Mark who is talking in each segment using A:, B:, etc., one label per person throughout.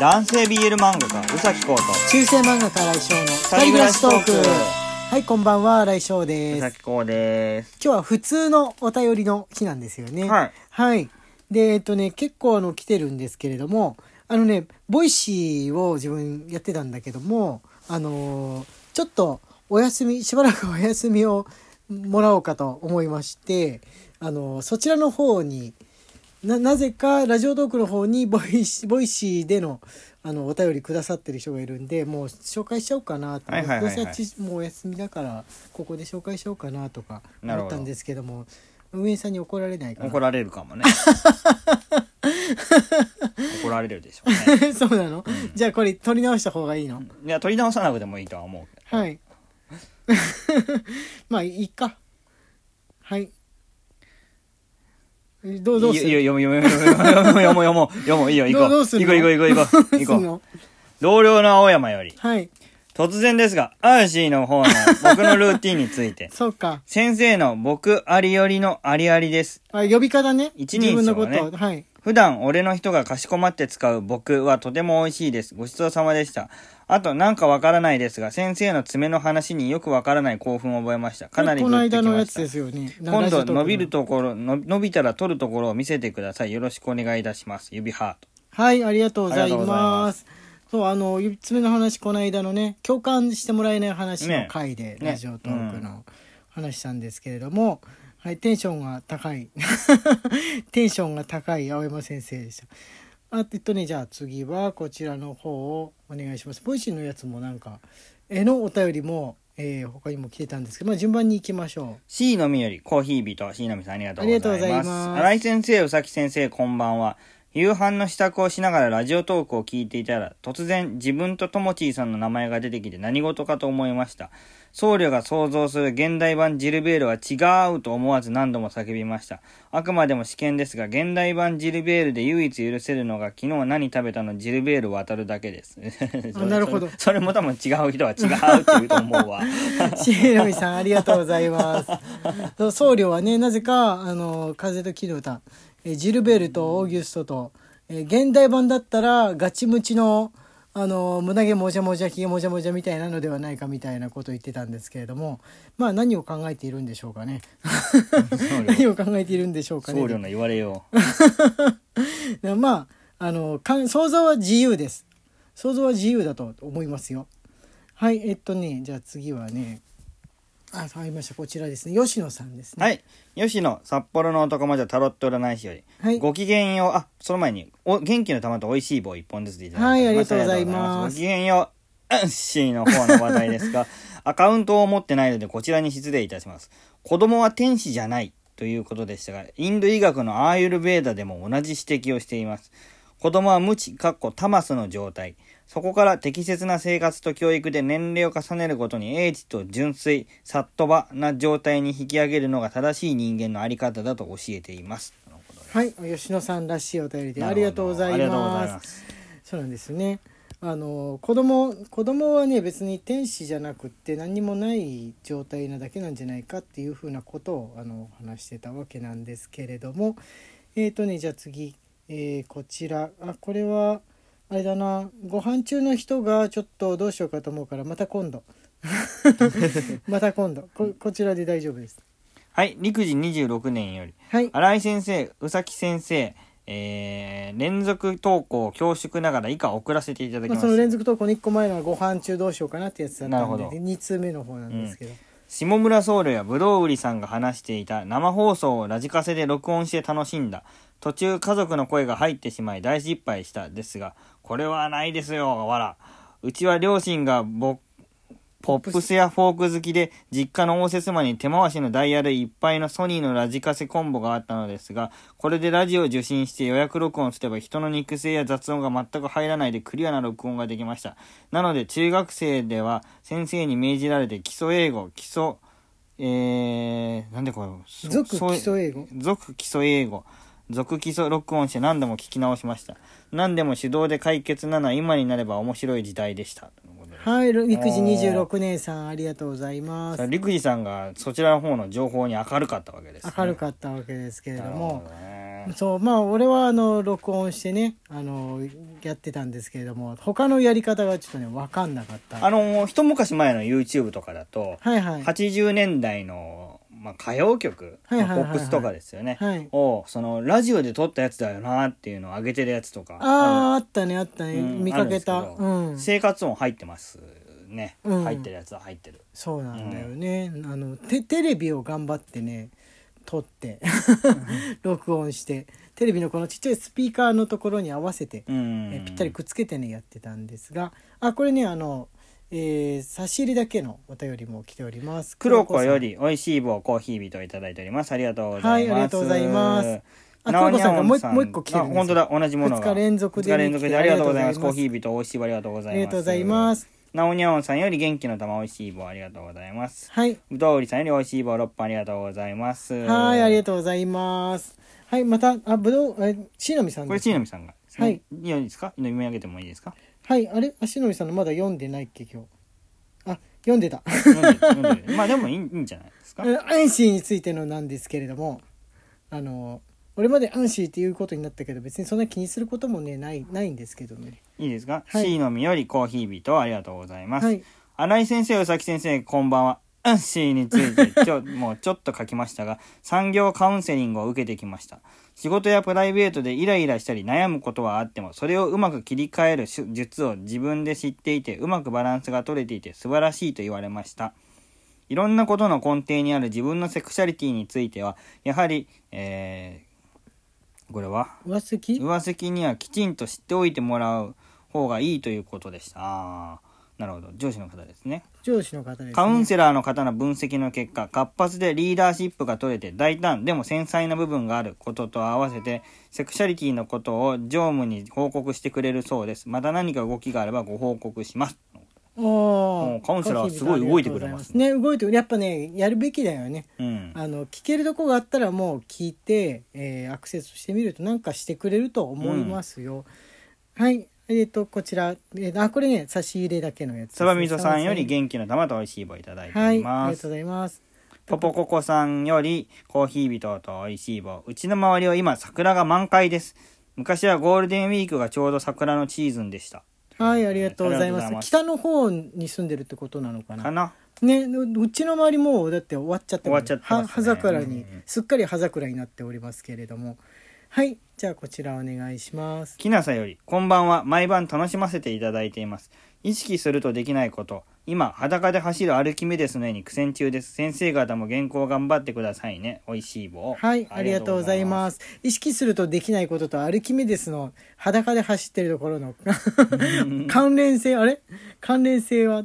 A: 男性 BL 漫画家宇崎浩と
B: 中世漫画家来翔の二人暮らしトークはいこんばんは来翔です今
A: 崎浩です
B: 日は普通のお便りの日なんですよね
A: はい、
B: はいでえっとね結構あの来てるんですけれどもあのねボイシーを自分やってたんだけどもあのーちょっとお休みしばらくお休みをもらおうかと思いましてあのーそちらの方にななぜかラジオトークの方にボイシボイシーでのあのお便りくださってる人がいるんでもう紹介しちゃおうかなと
A: はいはいはいはい
B: どうせあっちもうお休みだからここで紹介しようかなとか
A: なるほ
B: 思っ
A: ど
B: たんですけども運営さんに怒られないかな
A: 怒られるかも ね怒られるでしょうね
B: そうなの、じゃあこれ取り直した方がいいの、
A: いや取り直さなくてもいいとは思うけど
B: はい まあいいかはいえどうどうす
A: い
B: る
A: いよ読む読む読む読む読む読む読むいいよ行こう
B: どうどうすん
A: 行
B: の
A: こう行こう行こ う行こう
B: す
A: 行
B: ん
A: こう
B: の
A: 同僚の青山より
B: はい
A: 突然ですがアーシーの方の僕のルーティンについて
B: そうか
A: 先生の僕ありよりのありありです
B: あ呼び方ね
A: 一人称ね
B: 自分のことはい
A: 普段俺の人がかしこまって使う僕はとても美味しいです。ごちそうさまでした。あとなんかわからないですが、先生の爪の話によくわからない興奮を覚えました。かなり
B: こ
A: グ
B: の
A: ッと
B: 間
A: き
B: の
A: ま
B: や
A: し
B: つ
A: た
B: で。すよね
A: 今度伸びる
B: と
A: ところの、伸びたら取るところを見せてください。よろしくお願いいたします。指ハート。
B: はいありがとうござい
A: ありがとうござい
B: ま
A: ます
B: そうあの指爪の話この間のね共感してもらえない話の回で、
A: ね
B: ラジオトークの話したんですけれども、はいテンションが高い テンションが高い青山先生でしたあえっとねじゃあ次はこちらの方をお願いしますボイシーのやつもなんか絵のお便りも、えー他にも来てたんですけど、まあ、順番に行きましょ
A: C のみよりコーヒー人、C のみさんありがとうございます。
B: ありがとうございます
A: 新井先生、宇崎先生、こんばんは。夕飯の支度をしながらラジオトークを聞いていたら、突然自分とともちーさんの名前が出てきて何事かと思いました。僧侶が想像する現代版ジルベールは違うと思わず何度も叫びました。あくまでも試験ですが、現代版ジルベールで唯一許せるのが昨日何食べたのジルベール渡るだけです。それ
B: なるほど
A: それそれも多分違う人は違うって言うと思 うわ。
B: うしのみさんありがとうございますそう僧侶はねなぜか「あの風と木の歌」えージルベルトオーギュストと、えー現代版だったらガチムチのあの胸毛もじゃもじゃひげもじゃもじゃみたいなのではないかみたいなことを言ってたんですけれどもまあ何を考えているんでしょうか ね何を考えているんでしょうか
A: 僧
B: ね
A: 侶の言われよう。
B: でまああのか想像は自由です想像は自由だと思いますよはいえっとねじゃあ次はねあわかりましたこちらですね吉野さんですね
A: はい。吉野、札幌の男魔女タロット占い師より、
B: はい
A: ごきげんよう、あ、その前に、お元気の玉と美味しい棒一本ずつでいただいて
B: はい
A: おます
B: ありがとうございます
A: ごきげんよう、うん C の方の話題です が、アカウントを持ってないのでこちらに失礼いたします。子供は天使じゃないということでしたが、インド医学のアーユルベーダでも同じ指摘をしています。子供は無知、かっこタマスの状態。そこから適切な生活と教育で年齢を重ねるごとに英知と純粋、さっとばな状態に引き上げるのが正しい人間のあり方だと教えています。とのことで
B: はい、吉野さんらしいお便りで
A: なるほど
B: ありがとうござ
A: あ
B: い
A: りがとうござ
B: ま
A: い
B: す
A: ます。
B: そうなんですねあの子供子供はね別に天使じゃなくって何にもない状態なだけなんじゃないかっていうふうなことをあの話してたわけなんですけれどもえー、とねじゃあ次、えーこちらあこれはあれだなご飯中の人がちょっとどうしようかと思うからまた今度 また今度ここちらで大丈夫です
A: はい、陸次26年より、
B: はい
A: 新井先生、宇崎先生、えー、連続投稿恐縮ながら以下送らせていただき
B: まあ、
A: ます。
B: その連続投稿の1個前のはご飯中どうしようかなってやつだった
A: なるほ
B: ん
A: ど
B: で2通目の方なんですけど、
A: 下村僧侶やブドウ売りさんが話していた生放送をラジカセで録音して楽しんだ途中家族の声が入ってしまい大失敗したですがこれはないですよわらうちは両親がぼポップスやフォーク好きで実家の応接間に手回しのダイヤルいっぱいのソニーのラジカセコンボがあったのですがこれでラジオを受信して予約録音すれば人の肉声や雑音が全く入らないでクリアな録音ができましたなので中学生では先生に命じられて基礎英語基礎えー、なんでこれそ
B: 俗基
A: そう
B: 礎英語
A: 俗基礎英語俗基礎録音して何度も聞き直しました何でも手動で解決なのは今になれば面白い時代でしたということで
B: はい陸二26年さんありがとうございます
A: 陸二さんがそちらの方の情報に明るかったわけです、
B: 明るかったわけですけれども
A: なるほどねね
B: そうまあ俺はあの録音してねあのやってたんですけれども他のやり方がちょっとね分かんなかった
A: あの一昔前の YouTube とかだと、
B: はいはい
A: 80年代の、まあ、歌謡曲、
B: はいはいはいはい
A: まあポップスとかですよね、
B: はい
A: をそのラジオで撮ったやつだよなっていうのを上げてるやつとか
B: あああったねあったね、
A: うん
B: 見かけた
A: あるんですけ
B: う
A: ど
B: ん
A: 生活音入ってますね、
B: うん
A: 入ってるやつは入ってる
B: そうなんだよね、あのテテレビを頑張ってね撮って 録音してテレビのこのちっちゃいスピーカーのところに合わせて、
A: うん
B: えぴったりくっつけてねやってたんですがあこれねあの、えー差し入れだけのお便りも来ております
A: 黒子よ
B: り
A: り美味しい棒コーヒー人をいただいておりますありがとうございます
B: はいありがとうございますあ
A: なお
B: 黒子
A: に
B: さ
A: ゃ
B: んが
A: お
B: もうん
A: さん
B: もう一個来てるん
A: あ
B: ですよ
A: 本当だ同じものが
B: 二日連続で
A: 二日連続でありがとうございます
B: あり
A: コ
B: が
A: ー
B: とうございます
A: ヒー人美味しい棒ありがとうございます
B: ありがとうございます
A: なおにゃおんさんより元気の玉美味しい棒ありがとうございます
B: はい、
A: ぶどう売りさんより美味しい棒6本ありがとうございます
B: はいありが
A: と
B: とうございますはいまたあぶどうえしのみさん
A: これ
B: です
A: ちのみさんがですね
B: はい
A: いいですか読み上げてもいいですか
B: はいあれあしのみさんのまだ読んでないっけ今日あ読んでた
A: 読んで読んでまあでもいいいいんじゃないですか
B: うんアンシーについてのなんですけれどもあの俺までアンシーっていうことになったけど別にそんな気にすることもねないないんですけどね
A: いいですか、
B: はい
A: C のみよりコーヒー人ありがとうございます、
B: はい
A: 新井先生宇崎先生こんばんはうん C についてちょ もうちょっと書きましたが産業カウンセリングを受けてきました仕事やプライベートでイライラしたり悩むことはあってもそれをうまく切り替える手術を自分で知っていてうまくバランスが取れていて素晴らしいと言われましたいろんなことの根底にある自分のセクシャリティについてはやはり、えーこれは
B: 上好き
A: 上席にはきちんと知っておいてもらう方がいいということでしたあーなるほど上司の方ですね
B: 上司の方です、ね、
A: カウンセラーの方の分析の結果活発でリーダーシップが取れて大胆でも繊細な部分があることと合わせてセクシャリティのことを常務に報告してくれるそうですまた何か動きがあればご報告します
B: お
A: うカウンセラーすごい動いてくれますね
B: ね動いてやっぱねやるべきだよね
A: うん
B: あの聞けるとこがあったらもう聞いて、えーアクセスしてみるとなんかしてくれると思いますよ、はいえー、とこちら、えーあこれね差し入れだけのやつです
A: サ
B: ね
A: バミソさんより元気の玉と美味しい棒いただいてお
B: はいあ
A: り
B: りが
A: ま
B: と
A: す
B: うございます
A: ポポココさんよりコーヒー人と美味しい棒。うちの周りは今桜が満開です。昔はゴールデンウィークがちょうど桜のシーズンでした。
B: はい、ありがとうございます。
A: ありがとうございます
B: 北の方に住んでるってことなのかな。
A: かな
B: ね、ううちの周りもうだって終わっちゃって
A: 終わっちゃってますね
B: は葉桜に、
A: うん
B: すっかり葉桜になっておりますけれども。はい、じゃあこちらお願いします。
A: きなさより、こんばんは。毎晩楽しませていただいています。意識するとできないこと。今、裸で走るアルキメデスの絵に苦戦中です。先生方も原稿頑張ってくださいね。美味しい棒。。
B: はい、ありがとうございますす。意識するとできないこととアルキメデスの裸で走ってるところの 関連性、あれ関連性は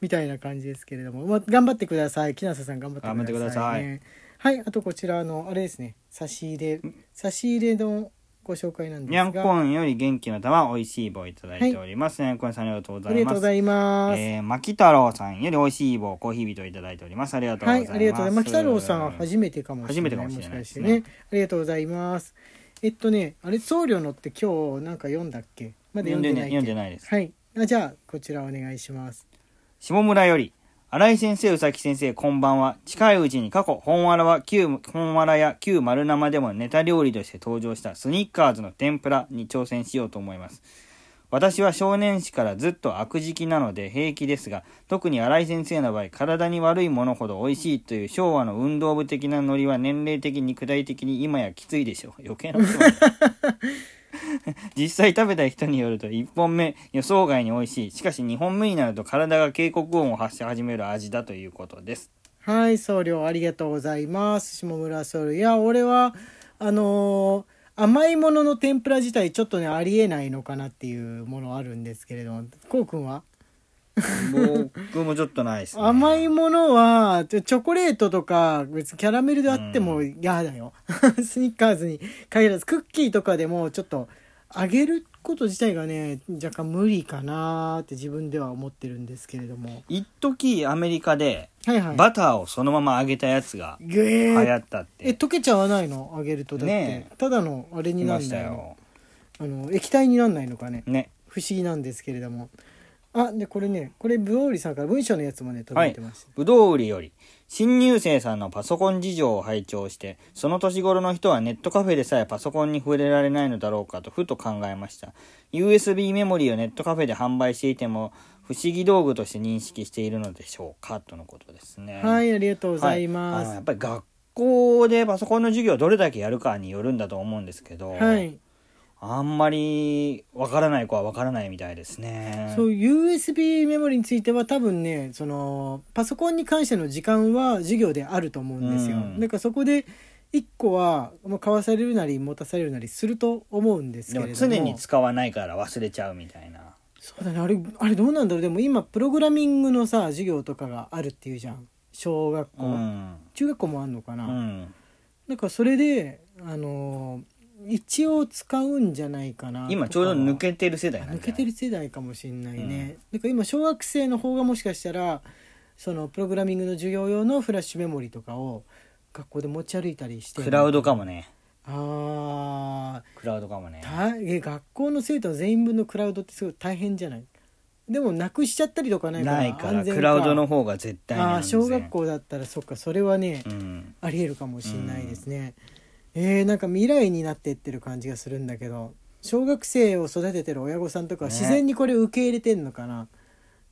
B: みたいな感じですけれども、まあ、頑張ってください。木下さん頑張ってください、ね。
A: 頑張ってください
B: はい、あとこちらの、あれですね、差し入れ、差し入れのご紹介なんで す
A: にゃん
B: が、
A: こんより元気の玉、美味しい棒いただいております。にゃんこんさんありがとうござ
B: あ
A: い
B: りがと
A: ま
B: うご
A: す。
B: ざいます。
A: えー、牧太郎さんより美味しい棒コーヒー人をいただいておりますありがとうござ
B: はい
A: ま
B: い、
A: す、
B: ありがとうございます。牧太郎さんは初めてかもしれな
A: 初め
B: い。
A: てかもしれない
B: も
A: で
B: し
A: す
B: かして
A: ね
B: ね。ありがとうございます。えっとね、あれ僧侶のって今日なんか読んだっけ？まだ読んでないっけ
A: 読んでないです
B: はい。あじゃあこちらお願いします。
A: 下村より新井先生宇崎先生こんばんは近いうちに過去本わらは旧本わらや旧丸生でもネタ料理として登場したスニッカーズの天ぷらに挑戦しようと思います私は少年時からずっと悪食きなので平気ですが特に新井先生の場合体に悪いものほど美味しいという昭和の運動部的なノリは年齢的肉体的に今やきついでしょう余計なことは実際食べた人によると1本目予想外に美味しいしかし2本目になると体が警告音を発し始める味だということです
B: はい、僧侶ありがとうございます。下村僧侶。いや、俺はあのー甘いものの天ぷら自体ちょっとねありえないのかなっていうものあるんですけれども、こうくんは？
A: 僕もちょっとないです、ね、
B: 甘いものはチョコレートとか別にキャラメルであっても嫌だよ、 スニッカーズに限らずクッキーとかでもちょっと揚げること自体がね若干無理かなーって自分では思ってるんですけれども
A: 一時アメリカで
B: はいはい
A: バターをそのまま揚げたやつが
B: ぐえ
A: 流
B: ー
A: 行ったっ
B: え
A: て
B: 溶けちゃわないの揚げるとだって、
A: ねえ
B: ただのあれ
A: 言
B: に
A: い
B: な
A: ま
B: ん
A: した
B: ないの
A: よ
B: あの液体になんないのかね
A: ね
B: 不思議なんですけれどもあでこれねこれブオーリさんから文章のやつもね届いてました、
A: ぶどう売りより新入生さんのパソコン事情を拝聴してその年頃の人はネットカフェでさえパソコンに触れられないのだろうかとふと考えました USB メモリーをネットカフェで販売していても不思議道具として認識しているのでしょうかとのことですね
B: はいいありがとうございま
A: はいあのや
B: す
A: っぱり学校でパソコンの授業をどれだけやるかによるんだと思うんですけど、
B: はい、
A: あんまりわからない子はわからないみたいですね
B: そう USB メモリについては多分ねそのパソコンに関しての時間は授業であると思うんですよ、
A: うん
B: なんかそこで1個は、まあ、買わされるなり持たされるなりすると思うんですけ
A: で
B: れど
A: も
B: も
A: 常に使わないから忘れちゃうみたいな
B: そうだねあれあれどうなんだろうでも今プログラミングのさ授業とかがあるっていうじゃん小学校、
A: うん
B: 中学校もあんのかな、
A: うん
B: なんかそれであのー一応使うんじゃないかな
A: 今ちょうど抜けてる世代なんじゃな
B: 抜
A: い
B: けてる世代かもしんないね、なんか今小学生の方がもしかしたらそのプログラミングの授業用のフラッシュメモリとかを学校で持ち歩いたりして
A: クラウドか
B: も
A: もね
B: あー
A: クラウドかもね
B: たえ学校の生徒全員分のクラウドってすごい大変じゃないでもなくしちゃったりとかないから
A: ないから
B: 安全
A: クラウドの方が絶対に
B: ああー
A: 安全
B: 小学校だったらそっかそれはね、
A: うん
B: ありえるかもしれないですね、えーなんか未来になっていってる感じがするんだけど小学生を育ててる親御さんとかは
A: ね
B: 自然にこれ受け入れてんのかな、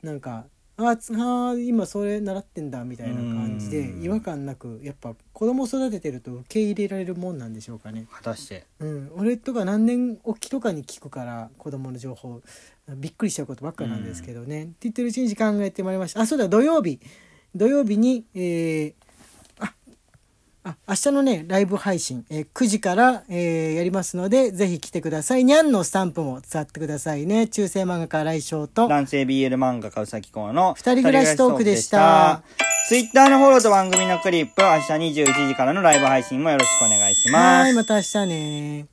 B: なんかあつあー今それ習ってんだみたいな感じで
A: うん
B: 違和感なくやっぱ子供育ててると受け入れられるもんなんでしょうかね
A: 果たして
B: うん、俺とか何年おきとかに聞くから子供の情報びっくりしちゃうことばっかなんですけどね、って言ってるうちに考えてまいりましたあそうだ土曜日土曜日に、えーああ明日のねライブ配信、えー9時から、えーやりますのでぜひ来てくださいにゃんのスタンプも使ってくださいね中世漫画家来翔と
A: 男性 BL 漫画川崎公の
B: 二人暮らしトークでした
A: ツイッターのフォローと番組のクリップ明日21時からのライブ配信もよろしくお願いします
B: はいまた明日ね